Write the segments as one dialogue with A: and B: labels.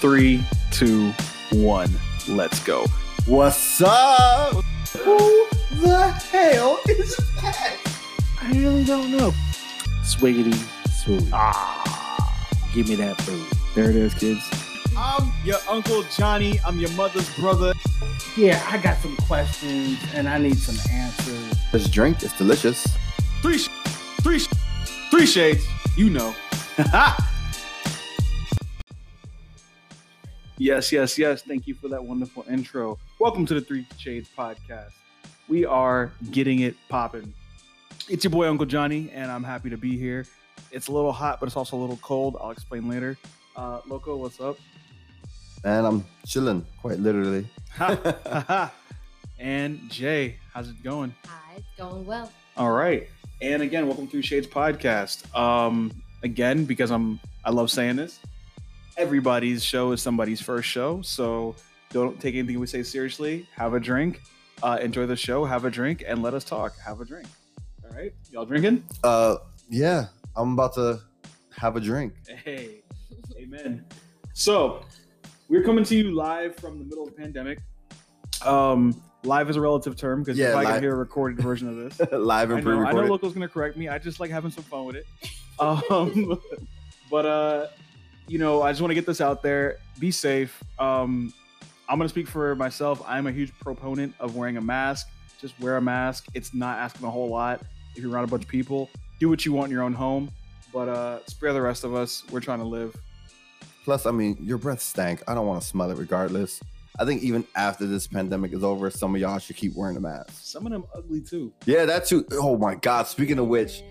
A: three, two, one. Let's go.
B: What's up? Who the hell is that?
A: I really don't know. Swiggity swooey.
B: Ah,
A: Give me that food. There it is, kids.
B: I'm your uncle Johnny. I'm your mother's brother.
C: Yeah, I got some questions and I need some answers.
D: This drink is delicious.
B: Three, sh- three, sh- three shades. You know.
A: Yes, yes, yes. Thank you for that wonderful intro. Welcome to the Three Shades podcast. We are getting it popping. It's your boy Uncle Johnny, and I'm happy to be here. It's a little hot, but it's also a little cold. I'll explain later. Uh, Loco, what's up?
D: And I'm chilling, quite literally.
A: and Jay, how's it going?
E: Hi, it's going well.
A: All right. And again, welcome to Shades Podcast. Um, again, because I'm I love saying this. Everybody's show is somebody's first show, so don't take anything we say seriously. Have a drink, uh, enjoy the show, have a drink, and let us talk. Have a drink. All right, y'all drinking?
D: Uh, yeah, I'm about to have a drink.
A: Hey, amen. So we're coming to you live from the middle of the pandemic. Um, live is a relative term because
D: Yeah,
A: if I
D: live.
A: can hear a recorded version of this.
D: Live
A: I
D: and
A: know, I know
D: pre-recorded.
A: local's gonna correct me. I just like having some fun with it. Um, but uh, you know, I just want to get this out there. Be safe. Um, I'm gonna speak for myself. I'm a huge proponent of wearing a mask. Just wear a mask. It's not asking a whole lot. If you're around a bunch of people, do what you want in your own home. But uh, spare the rest of us. We're trying to live.
D: Plus, I mean, your breath stank. I don't want to smell it regardless. I think even after this pandemic is over, some of y'all should keep wearing a mask.
A: Some of them ugly too.
D: Yeah, that too. Oh my God. Speaking of which,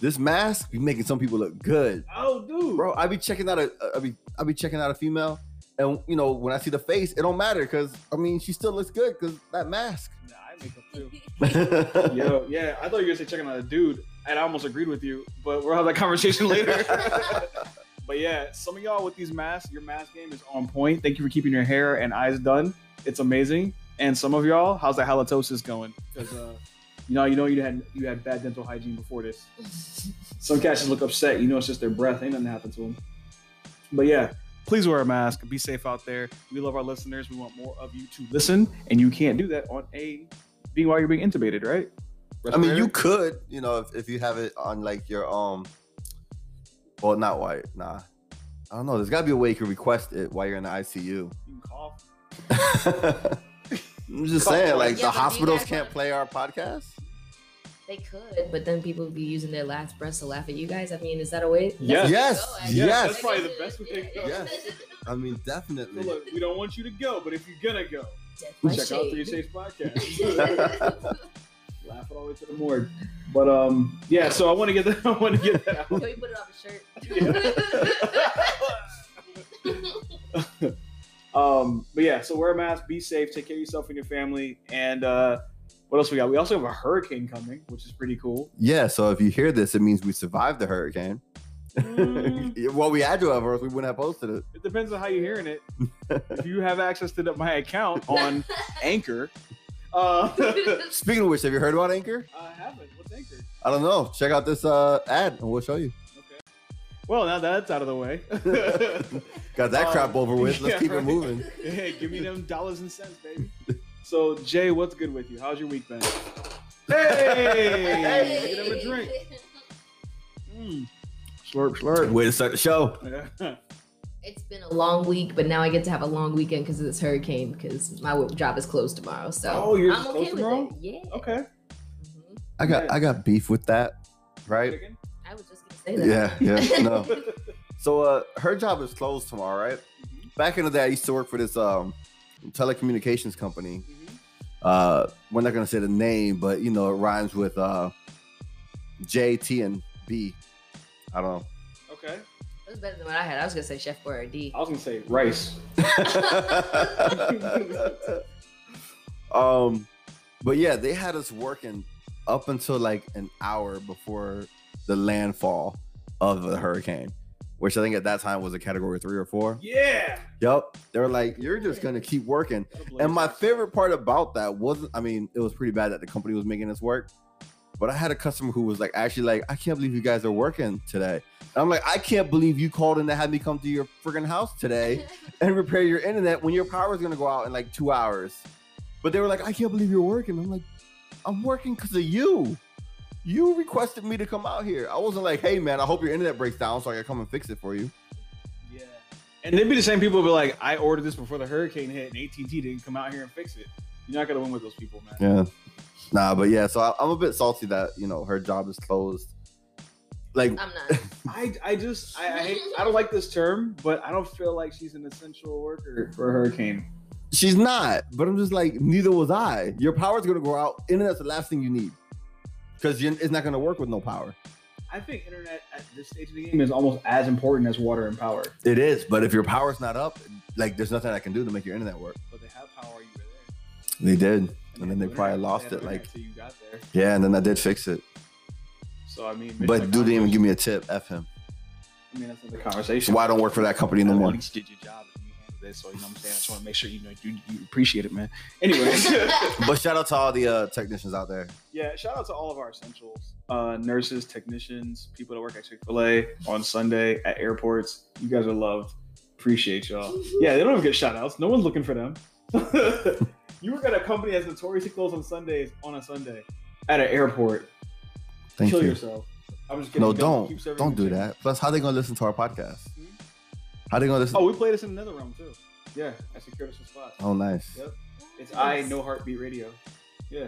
D: this mask be making some people look good.
A: Oh, dude.
D: bro. I be checking out a, I be, I be checking out a female, and you know when I see the face, it don't matter because I mean she still looks good because that mask.
A: Nah, I make up too.
D: yeah,
A: Yo, yeah, I thought you were gonna say checking out a dude, and I almost agreed with you, but we'll have that conversation later. but yeah, some of y'all with these masks, your mask game is on point. Thank you for keeping your hair and eyes done. It's amazing. And some of y'all, how's that halitosis going? Because uh, you know, you know, you had you had bad dental hygiene before this. Some cats just look upset. You know, it's just their breath. Ain't nothing happened to them. But yeah, please wear a mask. Be safe out there. We love our listeners. We want more of you to listen, and you can't do that on a being while you're being intubated, right?
D: I mean you could, you know, if, if you have it on like your um, well not white, nah. I don't know. There's gotta be a way you can request it while you're in the ICU.
A: You can cough.
D: I'm just saying, like
E: Yeah,
D: the
E: but do you
D: hospitals
E: guys
D: can't
E: want-
D: play our podcast.
E: They could, but then people would be using their last breath to laugh at you guys. I mean, is that a way?
A: Yes.
D: Yes.
E: Go, I
D: Yes.
E: guess.
A: That's probably the best we could go.
D: Yes. I mean,
A: So
D: definitely.
A: look, we don't want you to go, but if you're gonna go,
E: Death by
A: check out Three
E: shade.
A: Safe Podcast. Laugh it all the way to the morgue. But um, yeah. So I want to get that. I want to get that
E: Can
A: out.
E: we put it on a shirt?
A: Um, but yeah. So wear a mask, be safe, take care of yourself and your family, and uh, what else we got? We also have a hurricane coming, which is pretty cool.
D: Yeah. So if you hear this, it means we survived the hurricane.
A: Mm.
D: well, we had to have, or else we wouldn't have posted it.
A: It depends on how you're hearing it. if you have access to the, my account on Anchor, uh,
D: Speaking of which, have you heard about Anchor?
A: I haven't. What's Anchor?
D: I don't know. Check out this uh, ad and we'll show you.
A: Okay. Well, now that's out of the way.
D: Got that
E: Uh,
A: Um,
D: crap over with. Let's
A: yeah,
D: keep it
A: right.
D: moving.
A: hey, give me them dollars and cents, baby. So, Jay, what's good with you? How's your week been? Hey,
E: Hey.
A: look at him a drink. Mm. Slurp, slurp.
D: Way to start the show.
A: Hmm.
E: It's been a long week, but now I get to have a long weekend because of this hurricane. Because my wo- job is closed tomorrow, so
A: Oh, yours
E: I'm
A: is
E: okay
A: closed
E: with
A: tomorrow?
E: it. Yeah.
A: okay.
E: Mhm.
D: I got I got beef with that, right?
A: Chicken? Mm-hmm.
E: I was just gonna say that.
D: Yeah, yeah. No. So uh, her job is closed tomorrow, right? Back in the day, I used to work for this um telecommunications company.
A: Mhm.
D: Uh, we're not gonna say the name, but you know it rhymes with uh, J, T, and B. I don't know.
A: Okay.
E: It was better than what I had. I was gonna say Chef Boyardee.
A: I was going to say rice.
D: um, but yeah, they had us working up until like an hour before the landfall of the hurricane, which I think at that time was a category three or four.
A: Yeah.
D: Yep. They were like, you're just going to keep working. And my favorite part about that wasn't, I mean, it was pretty bad that the company was making us work, But I had a customer who was like, actually, like, I can't believe you guys are working today. And I'm like, I can't believe you called in to have me come to your freaking house today and repair your internet when your power is gonna go out in like two hours. But they were like, I can't believe you're working. I'm like, I'm working because of you. You requested me to come out here. I wasn't like, hey man, I hope your internet breaks down so I can come and fix it for you.
A: Yeah. And they'd be the same people who'd be like, I ordered this before the hurricane hit and AT&T didn't come out here and fix it. You're not going to win with those people, man.
D: Yeah. Nah, but yeah, so I, I'm a bit salty that you know her job is closed. Like,
E: I'm not.
A: I, I just, I, I hate, I don't like this term, but I don't feel like she's an essential worker for a hurricane.
D: she's not, but I'm just like, neither was I. Your power's gonna go out. Internet's the last thing you need because it's not gonna work with no power.
A: I think internet at this stage of the game is almost as important as water and power.
D: It is, but if your power's not up, like, there's nothing I can do to make your internet work.
A: But they have power, you were there.
D: They did, and then
A: had
D: they
A: no
D: probably
A: internet.
D: lost
A: had no
D: it. Like,
A: internet till you got there.
D: yeah, and then I did fix it,
A: So I mean, bitch,
D: but
A: like,
D: dude didn't even give me a tip. F him.
A: I mean, that's not the conversation.
D: So why I don't work for that company no
A: At
D: more?
A: least did your job and you handled it. So you know what I'm saying. I just want to make sure you know you, you appreciate it, man. Anyways,
D: But shout out to all the uh, technicians out there.
A: yeah. Shout out to all of our essentials: uh, nurses, technicians, people that work at Chick Fil A on Sunday at airports. You guys are loved. Appreciate y'all. Yeah, they don't even get shout outs. No one's looking for them. you work at a company that's notoriously closed on Sundays on a Sunday at an airport.
D: Thank
A: Kill
D: you.
A: yourself. I'm just kidding.
D: No,
A: Go- keep
D: don't
A: serving
D: don't
A: your
D: do
A: chicken.
D: that. Plus, how they gonna listen to our podcast?
A: Hmm?
D: How they gonna listen?
A: Oh, we play this in another realm too. Yeah, I secured us a spot.
D: Oh, nice.
A: Yep. It's I No Heartbeat Radio. Yeah.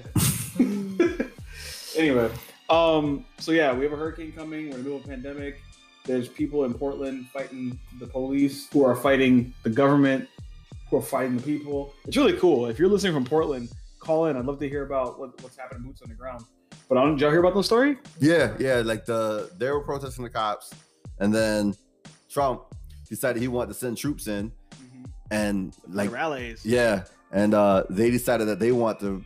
A: anyway, um, so yeah, we have a hurricane coming. We're in the middle of a pandemic. There's people in Portland fighting the police, who are fighting the government, who are fighting the people. It's really cool. If you're listening from Portland, call in. I'd love to hear about what, what's happening boots on the ground. But I don't, did y'all hear about the story?
D: Yeah, yeah. Like the they were protesting the cops, and then Trump decided he wanted to send troops in, and like
A: Mm-hmm. the rallies.
D: yeah, and uh, they decided that they want to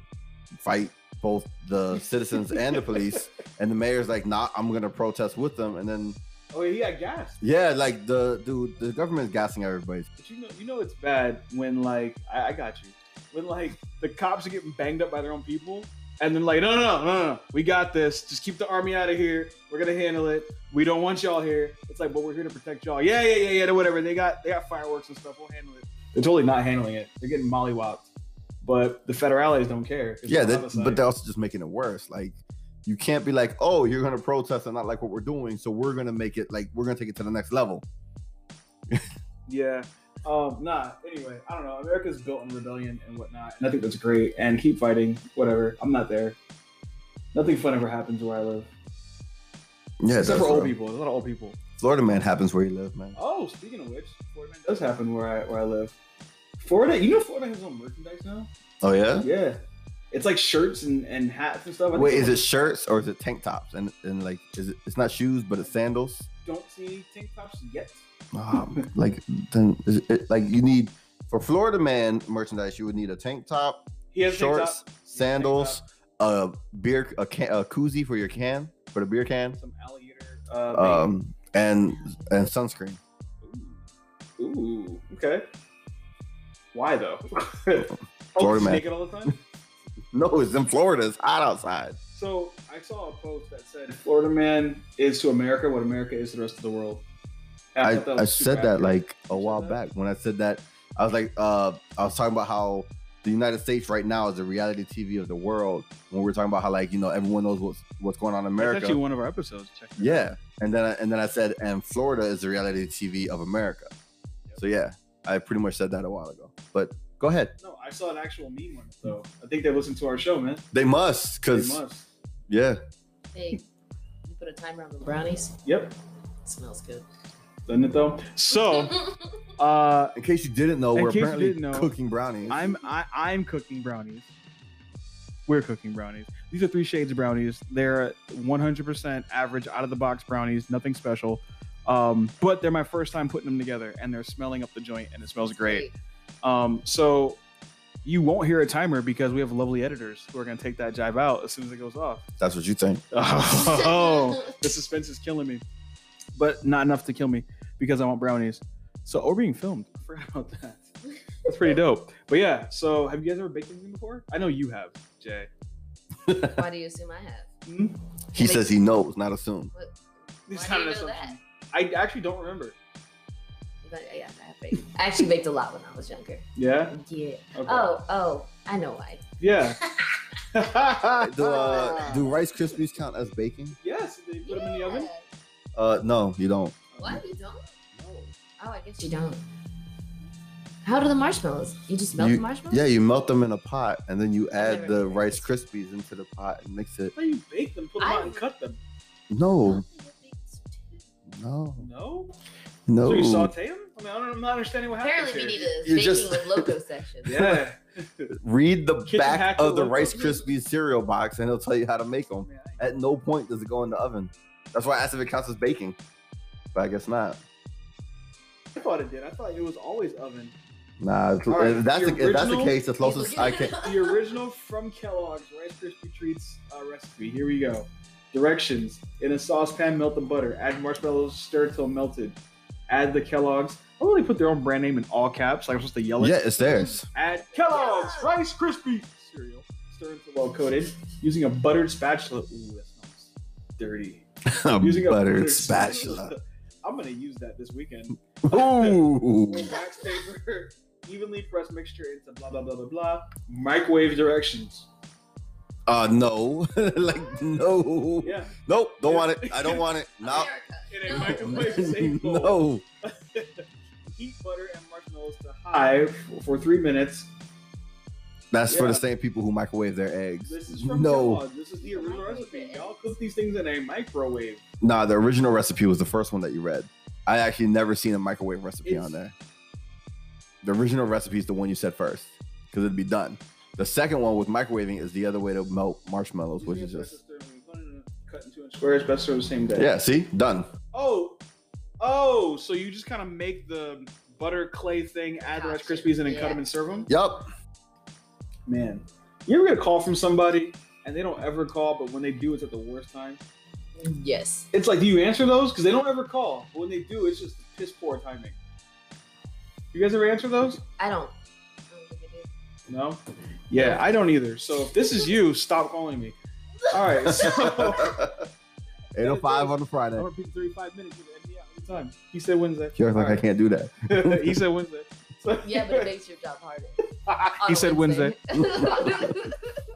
D: fight both the citizens and the police. And the mayor's like, "Nah, I'm gonna protest with them." And then
A: Oh, yeah, he got gassed.
D: yeah, like the dude, the government's gassing everybody.
A: But you know, you know it's bad when like I, I got you. When like the cops are getting banged up by their own people, and then like, no, no, no, no, no, we got this. Just keep the army out of here. We're gonna handle it. We don't want y'all here. It's like, but we're here to protect y'all. Yeah, yeah, yeah, yeah. then Whatever. They got they got fireworks and stuff. We'll handle it. They're totally not handling it. They're getting mollywopped. But the federales don't care. It's
D: yeah,
A: a
D: that,
A: homicide.
D: but they're also just making it worse. Like, you can't be like, "Oh, you're gonna protest and not like what we're doing, so we're gonna make it like we're gonna take it to the next level."
A: Yeah. Um, nah, anyway, I don't know. America's built on rebellion and whatnot, and I think that's great. And keep fighting, whatever. I'm not there. Nothing fun ever happens where I live.
D: Yeah,
A: Except
D: that's
A: for old
D: real.
A: people. There's a lot of old people.
D: Florida man happens where you live, man.
A: Oh, speaking of which, Florida Man does happen where I where I live. Florida, you know Florida has its own merchandise now?
D: Oh yeah.
A: Yeah. It's like shirts and, and hats and stuff. I
D: Wait,
A: think
D: is
A: I
D: it shirts or is it tank tops? And and like, is it? It's not shoes, but it's sandals.
A: don't see any tank tops yet.
D: Um, like then, is it, like you need for Florida man merchandise, you would need a tank top,
A: He has a tank
D: shorts,
A: top,
D: sandals, a beer, a can, a koozie for your can for the beer can,
A: some alligator uh,
D: um, and and sunscreen.
A: Ooh. Ooh, okay. Why though? oh,
D: Florida
A: he's
D: man.
A: naked all the time?
D: No, it's in Florida. It's hot outside.
A: So I saw a post that said Florida man is to America what America is to the rest of the world. And
D: I,
A: thought that
D: I
A: was super
D: said that
A: accurate.
D: like a
A: You said
D: while
A: that?
D: back when I said that I was like uh I was talking about how the United States right now is the reality TV of the world when we were talking about how like you know everyone knows what's what's going on in
A: That's actually
D: America
A: one of our episodes. Check it out.
D: yeah and then I, and then I said and Florida is the reality TV of America so yeah I pretty much said that a while ago but go ahead
A: No, I saw an actual meme on it though. I think they listened to our show, man.
D: they must
A: They
D: because
A: must.
D: yeah
E: hey, you put a timer on the brownies.
A: Yep.
E: smells good.
A: Doesn't it though?
D: Oh,
A: So uh
D: in case you didn't know
A: In
D: we're
A: case you
D: apparently
A: didn't know,
D: cooking brownies
A: I'm I, I'm cooking brownies. We're cooking brownies. These are three shades of brownies. They're 100% average out of the box brownies, nothing special. Um, but they're my first time putting them together, and they're smelling up the joint, and it smells great. Um, so you won't hear a timer because we have lovely editors who are going to take that jive out as soon as it goes off.
D: that's what you think
A: Oh, the suspense is killing me, but not enough to kill me because I want brownies. So oh, we're being filmed. I forgot about that. That's pretty dope. But yeah, so have you guys ever baked anything before? I know you have, Jay.
E: Why do you assume I have?
A: Hmm?
D: He
E: Like-
D: says he knows, not assume.
A: It's
E: Why
A: not
E: do
A: an
E: you know
A: assumption. I actually don't remember.
E: But yeah, I have baked. I actually baked a lot when I was younger.
A: Yeah.
E: Yeah.
A: Okay.
E: Oh, oh, I know why.
A: Yeah.
D: Do, uh, do Rice Krispies count as baking?
A: yes. They put them in the oven.
E: Yeah.
D: Uh, no, you don't.
E: What? You don't? Oh, I guess you don't. How do the marshmallows? You just melt
D: You-
E: the marshmallows?
D: Yeah, you melt them in a pot and then you add
E: never
D: the
E: made
D: Rice Krispies into the pot and mix it.
A: How you bake them, put them
E: I-
A: out, and cut them?
D: No, no,
A: No.
D: no.
A: So you saute them? I mean, I don't, I'm not understanding what happens
E: Apparently, we need
A: here.
E: a
D: You
E: baking
D: just-
E: with loco session.
A: Yeah.
D: Read the
A: Kitchen
D: back
A: hacker
D: of the
A: look
D: Rice
A: up.
D: Krispies cereal box and it'll tell you how to make them.
A: Man,
D: At no point does it go in the oven. That's why I asked if it counts as baking, but I guess not.
A: I thought it did. I thought it was always oven.
D: Nah, it's-
A: All right,
D: if, that's
A: the
D: the, if that's the
A: original-
D: case, the closest I can.
A: The original from Kellogg's Rice Krispie Treats uh, recipe. Here we go. Directions: In a saucepan, melt the butter. Add marshmallows. Stir till melted. Add the Kellogg's. I really put their own brand name in all caps. Like I'm supposed to yell it.
D: Yeah, it's theirs.
A: Add Kellogg's Rice Krispies cereal. Stir until well coated. Using a buttered spatula. Ooh, that smells dirty. Using a
D: Buttered spatula.
A: I'm gonna use that this weekend.
D: Ooh.
A: With wax paper, evenly press mixture into blah blah blah blah blah. Microwave directions.
D: Uh, no. like, no.
A: Yeah,
D: Nope. Don't want it. I don't want it. No.
E: America.
A: in a
E: No.
A: microwave safe bowl.
D: no.
A: Heat butter and marshmallows to high f- for three minutes.
D: That's for
A: Yeah.
D: the same people who microwave their eggs.
A: This is from
D: No.
A: Kellogg. This is the original recipe.
E: Microwave.
A: Y'all cook these things in a microwave.
D: Nah, the original recipe was the first one that you read. I actually never seen a microwave recipe
A: It's-
D: on there. The original recipe is the one you said first because it'd be done. The second one with microwaving is the other way to melt marshmallows, which is just
A: cut into inch squares, best served the same day.
D: yeah. See, done.
A: Oh, oh, so you just kind of make the butter clay thing, add the Rice
E: Gotcha.
A: Krispies, in and
E: Yeah.
A: cut them and serve them.
D: Yup.
A: Man, you ever get a call from somebody and they don't ever call, but when they do, it's at the worst time?
E: Yes.
A: It's like, do you answer those? Because they don't ever call. But when they do, it's just piss poor timing. You guys ever answer those?
E: I don't. I don't think I do.
A: No? Yeah, I don't either. So if this is you, stop calling me. All right, so.
D: 805 on the
A: I'm
D: Friday.
A: gonna pick 35 minutes with the NBA every time. He said Wednesday.
D: She acts like I can't do that.
A: can't. he said Wednesday. So-
E: Yeah, but it makes your job harder.
A: he said Wednesday. All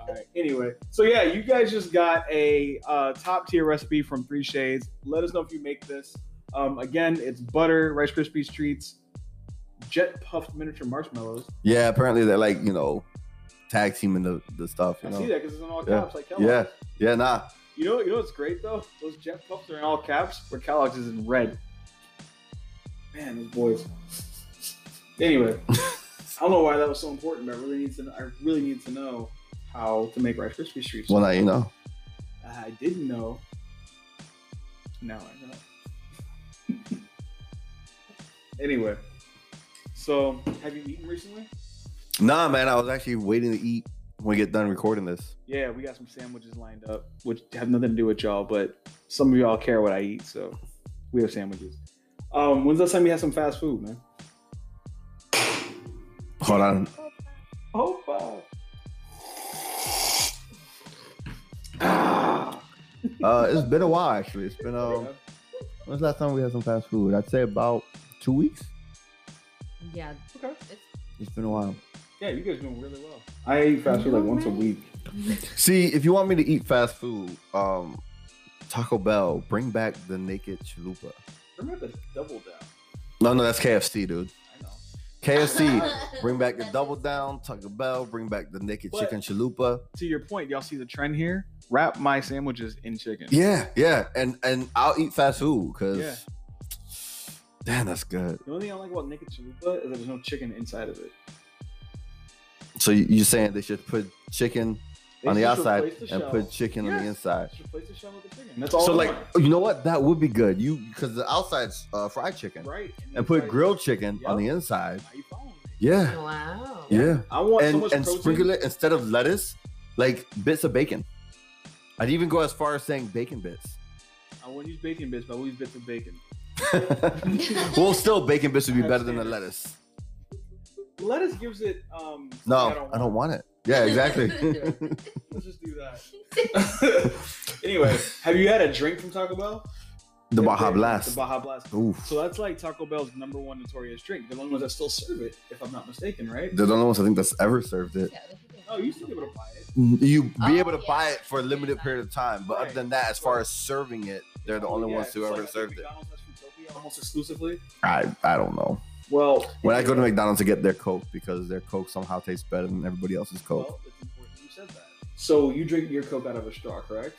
A: right. Anyway, so yeah, you guys just got a uh, top tier recipe from Three Shades. Let us know if you make this. Um, again, it's butter, Rice Krispies treats, jet puffed miniature marshmallows.
D: Yeah, apparently they're like, you know, tag teaming the, the stuff, you
A: I see
D: know.
A: that because it's in all
D: Yeah.
A: caps, like Kellogg's.
D: Yeah. Yeah, nah.
A: You know, you know what's great though? Those jet puffs are in all caps, where Kellogg's is in red. Man, those boys. Anyway, I don't know why that was so important, but I really need to. I really need to know how to make Rice Krispies treats.
D: Well now you know.
A: I didn't know. Now I know. anyway, so have you eaten recently?
D: Nah man, I was actually waiting to eat when we get done recording this.
A: Yeah, we got some sandwiches lined up, which have nothing to do with y'all, but some of y'all care what I eat, so we have sandwiches. Um, when's the last time you had some fast food, man?
D: Hold on.
A: Oh, wow. Ah,
D: Uh it's been a while actually. It's been um when's the last time we had some fast food? I'd say about two weeks.
E: yeah.
A: okay.
D: It's been a while.
A: Yeah, you guys doing really well. I eat fast food like once a week.
D: See, if you want me to eat fast food, um Taco Bell, bring back the naked chalupa.
A: Remember the double down?
D: No, no, that's KFC, dude.
A: I know.
D: KFC, bring back the double down, Taco Bell, bring back the naked
A: But-
D: chicken chalupa.
A: to your point, y'all see the trend here. Wrap my sandwiches in chicken.
D: Yeah, yeah, and and I'll eat fast food because
A: Yeah.
D: damn, that's good.
A: The only thing I like about naked chalupa is that there's no chicken inside of it.
D: So you- you're saying they should put chicken
A: They
D: on the
A: just
D: outside
A: replace the
D: and
A: shell.
D: put chicken on the
A: Yes.
D: inside?
A: Just replace the shell with the chicken. That's all.
D: so
A: I
D: like,
A: want.
D: you know what? That would be good. You because the outside's uh, fried chicken
A: right,
D: and put grilled chicken on the
A: Yup.
D: inside.
A: Are you following me?
D: Yeah,
E: Wow.
D: yeah,
A: I want so
D: and
A: much
D: and
A: protein.
D: sprinkle it instead of lettuce, like bits of bacon. I'd even go as far as saying bacon bits.
A: I won't use bacon bits, but I will use bits of bacon.
D: well, still, bacon bits would be
A: I
D: better than the
A: understand.
D: lettuce.
A: Lettuce gives it. Um,
D: No,
A: something
D: I don't want it. Yeah, exactly.
A: Let's just do that. anyway, have you had a drink from Taco Bell?
D: the Baja
A: They-
D: Blast.
A: The Baja Blast.
D: Oof.
A: So that's like Taco Bell's number one notorious drink. They're the only ones that still serve it, if I'm not mistaken, right?
D: They're the only ones I think that's ever served it. Mm,
A: Oh, you used to be able to buy it.
D: You be
E: Oh,
D: able to
E: yeah.
D: buy it for a limited period of time, but
A: Right.
D: other than that, as far as serving it, they're the only
A: Yeah,
D: ones who
A: it's like,
D: ever
A: I think
D: served it.
A: McDonald's has Fruitopia almost exclusively.
D: I I don't know.
A: Well,
D: When I go to McDonald's to get their Coke because their Coke somehow tastes better than everybody else's Coke.
A: well, it's important you said that. So you drink your Coke out of a straw, correct?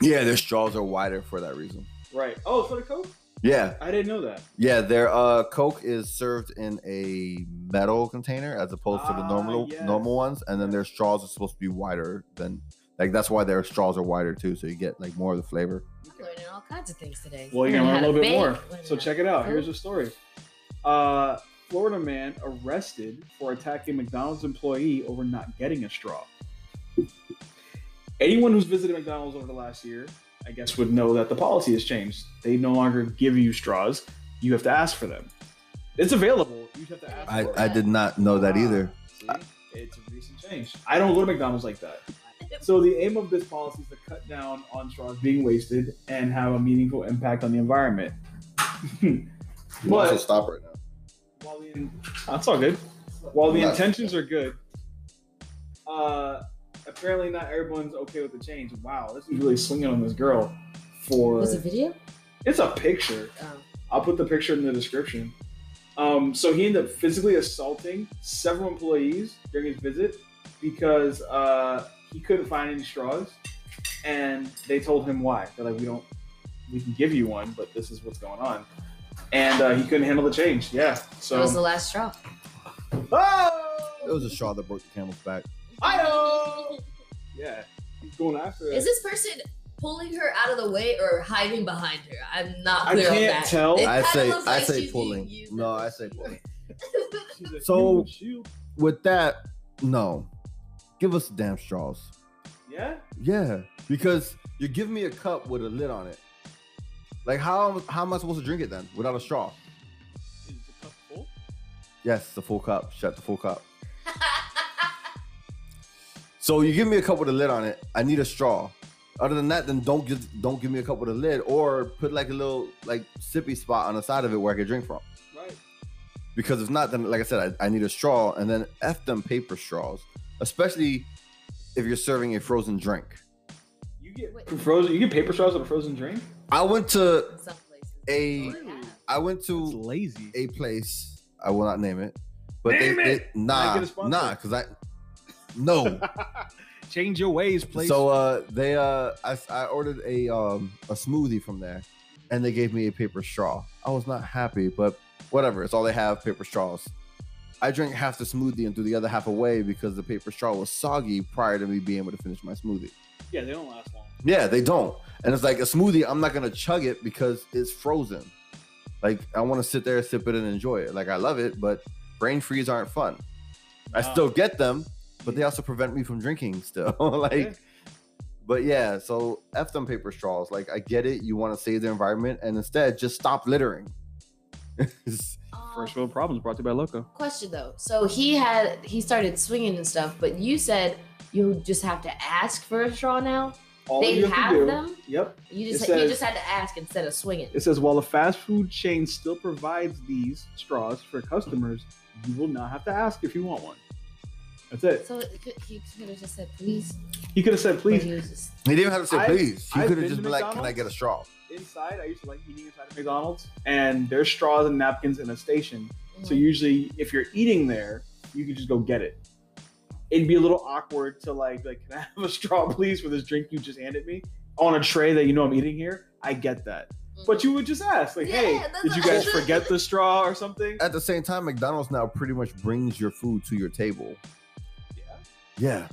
D: Yeah, their straws are wider for that reason.
A: Right. Oh, for the Coke?
D: Yeah,
A: I didn't know that.
D: yeah. Their uh, Coke is served in a metal container as opposed to the
A: Ah,
D: normal
A: yes.
D: normal ones, and then their straws are supposed to be wider than like that's why their straws are wider too, so you get like more of the flavor.
E: I'm learning all kinds of things today.
A: Well, you're gonna learn a little bit more. So
E: check
A: check it out. Here's the story. Uh, Florida man arrested for attacking McDonald's employee over not getting a straw. Anyone who's visited McDonald's over the last year, I guess, would know that the policy has changed. They no longer give you straws. You have to ask for them. It's available. You just have to ask.
D: I,
A: for it. Ah,
D: I did not know that either.
A: See? It's a recent change. I don't go to McDonald's like that. So the aim of this policy is to cut down on straws being wasted and have a meaningful impact on the environment. But-
D: But stop right now.
A: While the that's all good. While the
D: Left.
A: intentions are good, uh, apparently not everyone's okay with the change. Wow, this is really swinging on this girl. For
E: Was it video?
A: it's a picture.
E: Oh.
A: I'll put the picture in the description. Um, so he ended up physically assaulting several employees during his visit because uh, he couldn't find any straws, and they told him why. They're like, "We don't, we can give you one, but this is what's going on." And uh, he couldn't handle the change. Yeah. So. Oh!
E: That was the last straw.
D: It was a straw that broke the camel's back.
A: Hi-yo! Yeah, he's going after it.
E: Is this person pulling her out of the way or hiding behind her? I'm not
A: I
E: clear on
A: can't
E: that.
A: tell.
E: It
D: I
E: kinda
D: say
E: looks
D: I
E: like
D: say
E: she's
D: pulling.
E: being used
D: No,
E: as a
D: I say
E: shield.
D: pulling.
A: She's a
D: So-
A: human shield.
D: With that, no. Give us the damn straws.
A: yeah,
D: Yeah, because you're giving me a cup with a lid on it. Like how how am I supposed to drink it then without a straw?
A: is the cup full?
D: Yes, the full cup. Shut the full cup. So you give me a cup with a lid on it. I need a straw. Other than that, then don't give don't give me a cup with a lid or put like a little like sippy spot on the side of it where I can drink from.
A: Right.
D: because if not, then like I said, I, I need a straw, and then f them paper straws, especially if you're serving a frozen drink.
A: You get
E: Wait.
A: frozen. You get paper straws with a frozen drink.
D: I went to
E: In some places.
D: a I went to
A: lazy.
D: a place I will not name it, but
A: Name
D: they,
A: it!
D: they nah
A: Make it a sponsor.
D: nah because I no
B: Change your ways, please.
D: so uh they uh I, I ordered a um a smoothie from there, and they gave me a paper straw. I was not happy, but whatever. It's all they have paper straws. I drank half the smoothie and threw the other half away because the paper straw was soggy prior to me being able to finish my smoothie.
A: Yeah, they don't last long.
D: Yeah, they don't. And it's like a smoothie, I'm not gonna chug it because it's frozen. Like I wanna sit there, sip it, and enjoy it. Like I love it, but brain freeze aren't fun. I
A: Nah.
D: still get them, but they also prevent me from drinking still. like
A: Yeah.
D: but yeah, so F them paper straws. Like I get it, you wanna save the environment and instead just stop littering.
E: Um,
A: First world problems brought to you by Loco.
E: question though. So he had he started swinging and stuff, but you said you just have to ask for a straw now.
A: All
E: They
A: you have,
E: have
A: to do,
E: them?
A: Yep.
E: You just
A: It says-
E: you just had to ask instead of swinging.
A: It says while the fast food chain still provides these straws for customers, you will not have to ask if you want one. That's it.
E: So it could, he could have just said please.
A: He could have said,
E: but
A: "Please."
E: he was just-
D: he didn't have to say
A: I've-
D: please. He
A: I've
D: could have
A: been
D: just
A: to
D: been like, Can I
A: McDonald's.
D: get a straw?
A: Inside, I used to like eating inside of McDonald's, and there's straws and napkins in a station. So
E: Mhm.
A: usually, if you're eating there, you can just go get it. It'd be a little awkward to like, like, can I have a straw, please, for this drink you just handed me on a tray that you know I'm eating here? I get that, but you would just ask, like, hey,
E: Yeah, that's
A: did you
E: what I
A: guys
E: said.
A: forget the straw or something?
D: At the same time, McDonald's now pretty much brings your food to your table.
A: Yeah.
D: Yeah.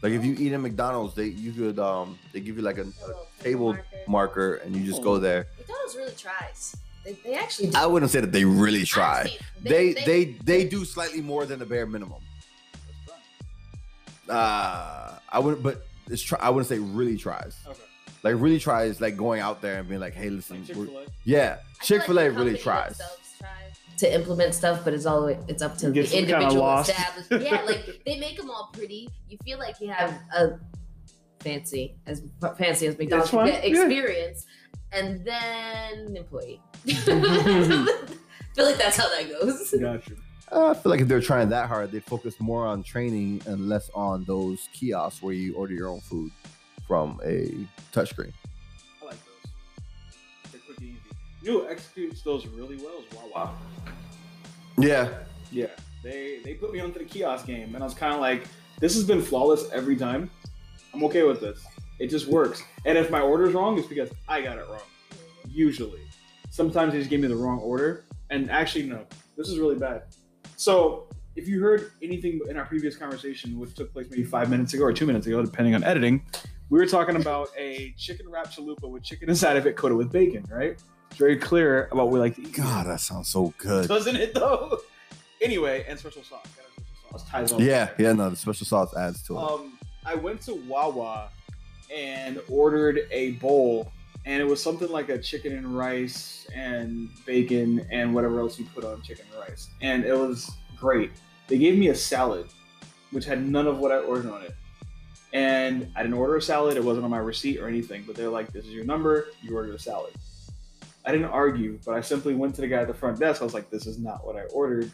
D: Like if you eat at McDonald's, they you could um they give you like a, a table
E: Marker.
D: marker and you just
A: Oh.
D: go there.
E: McDonald's really tries. They, they actually do.
D: I wouldn't say that they really try.
E: Honestly,
D: They they they do slightly more than the bare minimum. Uh I wouldn't but it's try I wouldn't say really tries.
A: Okay.
D: Like really tries like going out there and being like, hey listen,
A: Like
D: we're-
A: Chick-fil-A.
D: yeah,
E: I feel
D: Chick
E: like
D: fil A
E: the
D: really
E: company
D: tries.
E: themselves tries. to implement stuff, but it's all it's up to
A: You get
E: the
A: some kinda
E: individual
A: lost.
E: establishment. Yeah, like they make them all pretty. You feel like you have a fancy as fancy as McDonald's
A: fine,
E: you get
A: yeah.
E: experience, and then employee. I feel like that's how that goes.
A: Gotcha.
D: Uh, I feel like if they're trying that hard, they focus more on training and less on those kiosks where you order your own food from a touchscreen.
A: I like those. They're quick and easy. You know who executes those really well is Wawa.
D: Yeah,
A: Yeah. They they put me onto the kiosk game, and I was kind of like, this has been flawless every time. I'm okay with this. It just works. And if my order's wrong, it's because I got it wrong. Usually. Sometimes they just gave me the wrong order. And actually, no, this is really bad. So if you heard anything in our previous conversation, which took place maybe five minutes ago or two minutes ago, depending on editing, we were talking about a chicken wrap chalupa with chicken inside of it coated with bacon, right? It's very clear about what we like to eat.
D: God, that sounds so good.
A: Doesn't it though? Anyway, and special sauce. Gotta have special sauce ties all
D: Yeah,
A: together.
D: yeah, no, the special sauce adds to it.
E: Oh,
A: Um, I went to Wawa and ordered a bowl, and it was something like a chicken and rice and bacon and whatever else you put on chicken and rice, and it was great. They gave me a salad, which had none of what I ordered on it. And I didn't order a salad; it wasn't on my receipt or anything. But they're like, "This is your number. You ordered a salad." I didn't argue, but I simply went to the guy at the front desk. I was like, "This is not what I ordered.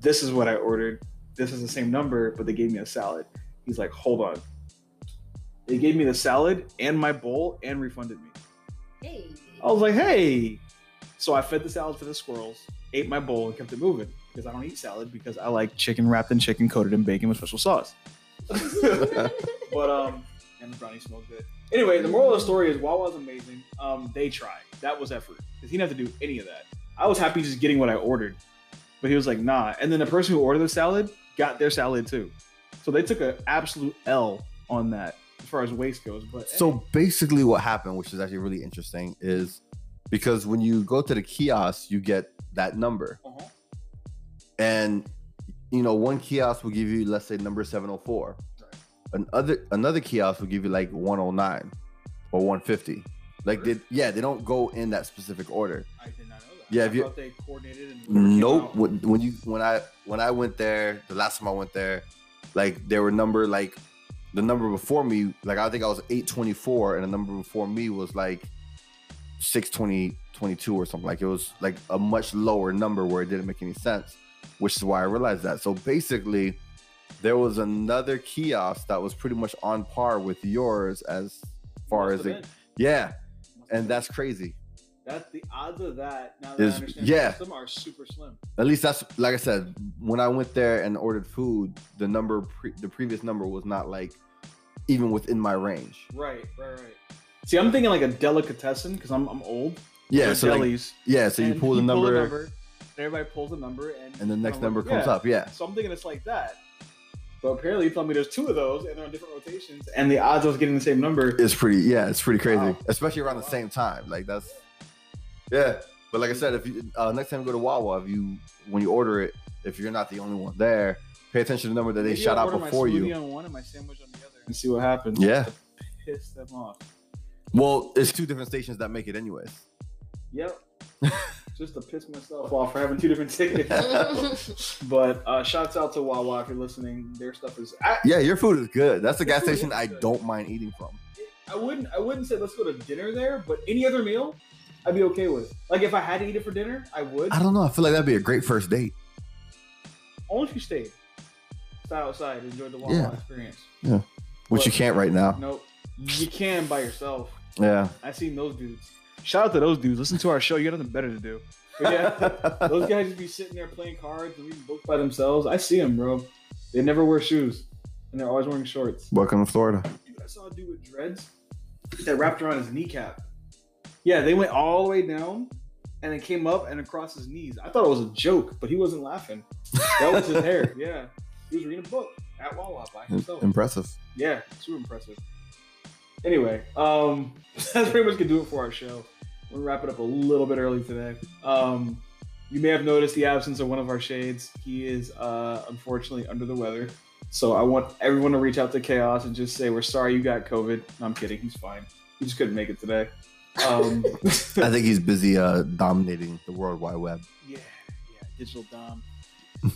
A: This is what I ordered. This is the same number, but they gave me a salad." He's like, hold on. They gave me the salad and my bowl and refunded me.
E: Hey.
A: I was like, hey. So I fed the salad to the squirrels, ate my bowl, and kept it moving because I don't eat salad because I like chicken wrapped in chicken coated in bacon with special sauce. But um, and the brownies smell good. Anyway, the moral of the story is Wawa's amazing. Um, they tried. That was effort because he didn't have to do any of that. I was happy just getting what I ordered, but he was like, nah. And then the person who ordered the salad got their salad too, so they took an absolute L on that as far as waste goes. But eh.
D: So basically, what happened, which is actually really interesting, is because when you go to the kiosk, you get that number,
A: Uh-huh.
D: and you know one kiosk will give you, let's say, number seven hundred four. Another another kiosk will give you like one hundred nine or one fifty. Like they, yeah, they don't go in that specific order.
A: I did not know that.
D: Yeah,
A: I
D: if you-
A: thought they coordinated and whatever came
D: Nope.
A: out-
D: When when you when I when I went there the last time I went there, like there were number like the number before me, like I think I was eight twenty four, and the number before me was like six twenty twenty two or something. Like it was like a much lower number where it didn't make any sense, which is why I realized that. So basically, there was another kiosk that was pretty much on par with yours as far
A: Must have
D: as it,
A: been.
D: yeah,
A: Must have
D: and
A: been.
D: that's crazy.
A: that's the odds of that. Now that
D: Is-
A: I understand
D: yeah.
A: the system are super slim.
D: At least that's like I said. When I went there and ordered food, the number, pre- the previous number was not like even within my range.
A: Right, right, right. See, I'm thinking like a delicatessen because I'm I'm old.
D: Yeah,
A: They're
D: so like,
A: delis.
D: yeah, so you
A: And
D: pull the
A: you
D: number,
A: and everybody pulls a number, and
D: and the next
A: I'm like,
D: number comes
A: yeah.
D: up. Yeah,
A: So I'm thinking it's like that. But apparently, you told me there's two of those, and they're on different rotations, and the odds of us getting the same number.
D: it's pretty. Yeah, it's pretty crazy,
A: Wow.
D: especially around the
A: Wow.
D: same time. Like that's yeah. But like I said, if you uh, next time you go to Wawa, if you when you order it, if you're not the only one there, pay attention to the number that they
A: Maybe
D: shout
A: I'll
D: out
A: order my
D: before you.
A: smoothie on one and my sandwich on the other, and see what happens.
D: Yeah.
A: piss them off.
D: Well, it's two different stations that make it anyways.
A: Yep. Just to piss myself off for having two different tickets. But uh, shouts out to Wawa if you're listening. Their stuff is. I,
D: Yeah, your food is good. That's the
A: Your
D: gas
A: food
D: station
A: is
D: I
A: good.
D: don't mind eating from.
A: I wouldn't. I wouldn't say let's go to dinner there, but any other meal, I'd be okay with. Like if I had to eat it for dinner, I would.
D: I don't know. I feel like that'd be a great first date.
A: Only if you stayed, sat outside, enjoyed the Wawa
D: Yeah.
A: experience.
D: Which you can't right now.
A: Nope, you can by yourself.
D: Yeah.
A: I seen those dudes. Shout out to those dudes. Listen to our show. You got nothing better to do. But yeah, those guys just be sitting there playing cards and reading books by themselves. I see them, bro. They never wear shoes, and they're always wearing shorts.
D: Welcome to Florida.
A: Dude, I saw a dude with dreads that wrapped around his kneecap. Yeah, they went all the way down and it came up and across his knees. I thought it was a joke, but he wasn't laughing. That was his hair. Yeah. He was reading a book at Wawa by himself.
D: Impressive.
A: Yeah, super impressive. Anyway, um, that's pretty much gonna do it for our show. We're wrapping up a little bit early today. Um, you may have noticed the absence of one of our shades. He is uh, unfortunately under the weather. So I want everyone to reach out to Chaos and just say we're sorry you got COVID. No, I'm kidding. He's fine. He just couldn't make it today. Um,
D: I think he's busy uh, dominating the World Wide Web.
A: Yeah, yeah, digital dom.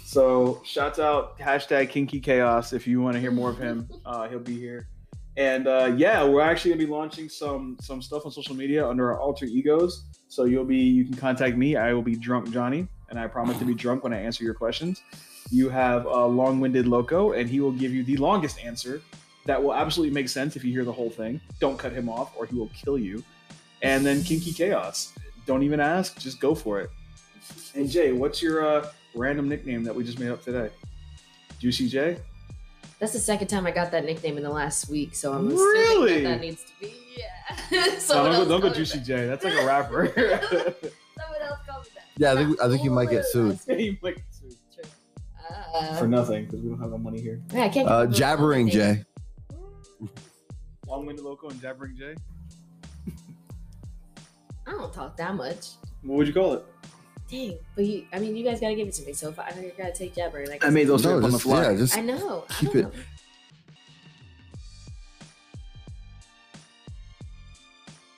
A: so shouts out hashtag Kinky Chaos if you want to hear more of him. Uh, he'll be here. And uh, yeah, we're actually gonna be launching some some stuff on social media under our alter egos. So you'll be you can contact me. I will be drunk Johnny, and I promise to be drunk when I answer your questions. You have uh, long winded loco, and he will give you the longest answer that will absolutely make sense if you hear the whole thing. Don't cut him off, or he will kill you. And then kinky chaos. Don't even ask, just go for it. And Jay, what's your uh, random nickname that we just made up today? Juicy J.
E: That's the second time I got that nickname in the last week, so I'm
A: Really?
E: assuming that, that needs to be yeah.
A: No,
E: Someone
A: don't
E: else
A: go, don't go
E: call me
A: Juicy
E: that.
A: J. That's like a rapper.
E: Someone else call me that.
D: Yeah, I think- I think you might get sued.
A: He might sue
E: Uh,
A: for nothing because we don't have the money here.
E: yeah, I can't
D: Uh,
E: get-
D: jabbering Jay.
A: Long winded loco and jabbering J.
E: I don't talk that much.
A: What would you call it?
E: Dang, but you, I mean, you guys gotta give it to me. So if I, I gotta take jabbering, I, guess
A: those
D: No, just, yeah, just
E: I know. I
D: keep
E: don't
D: it.
E: know.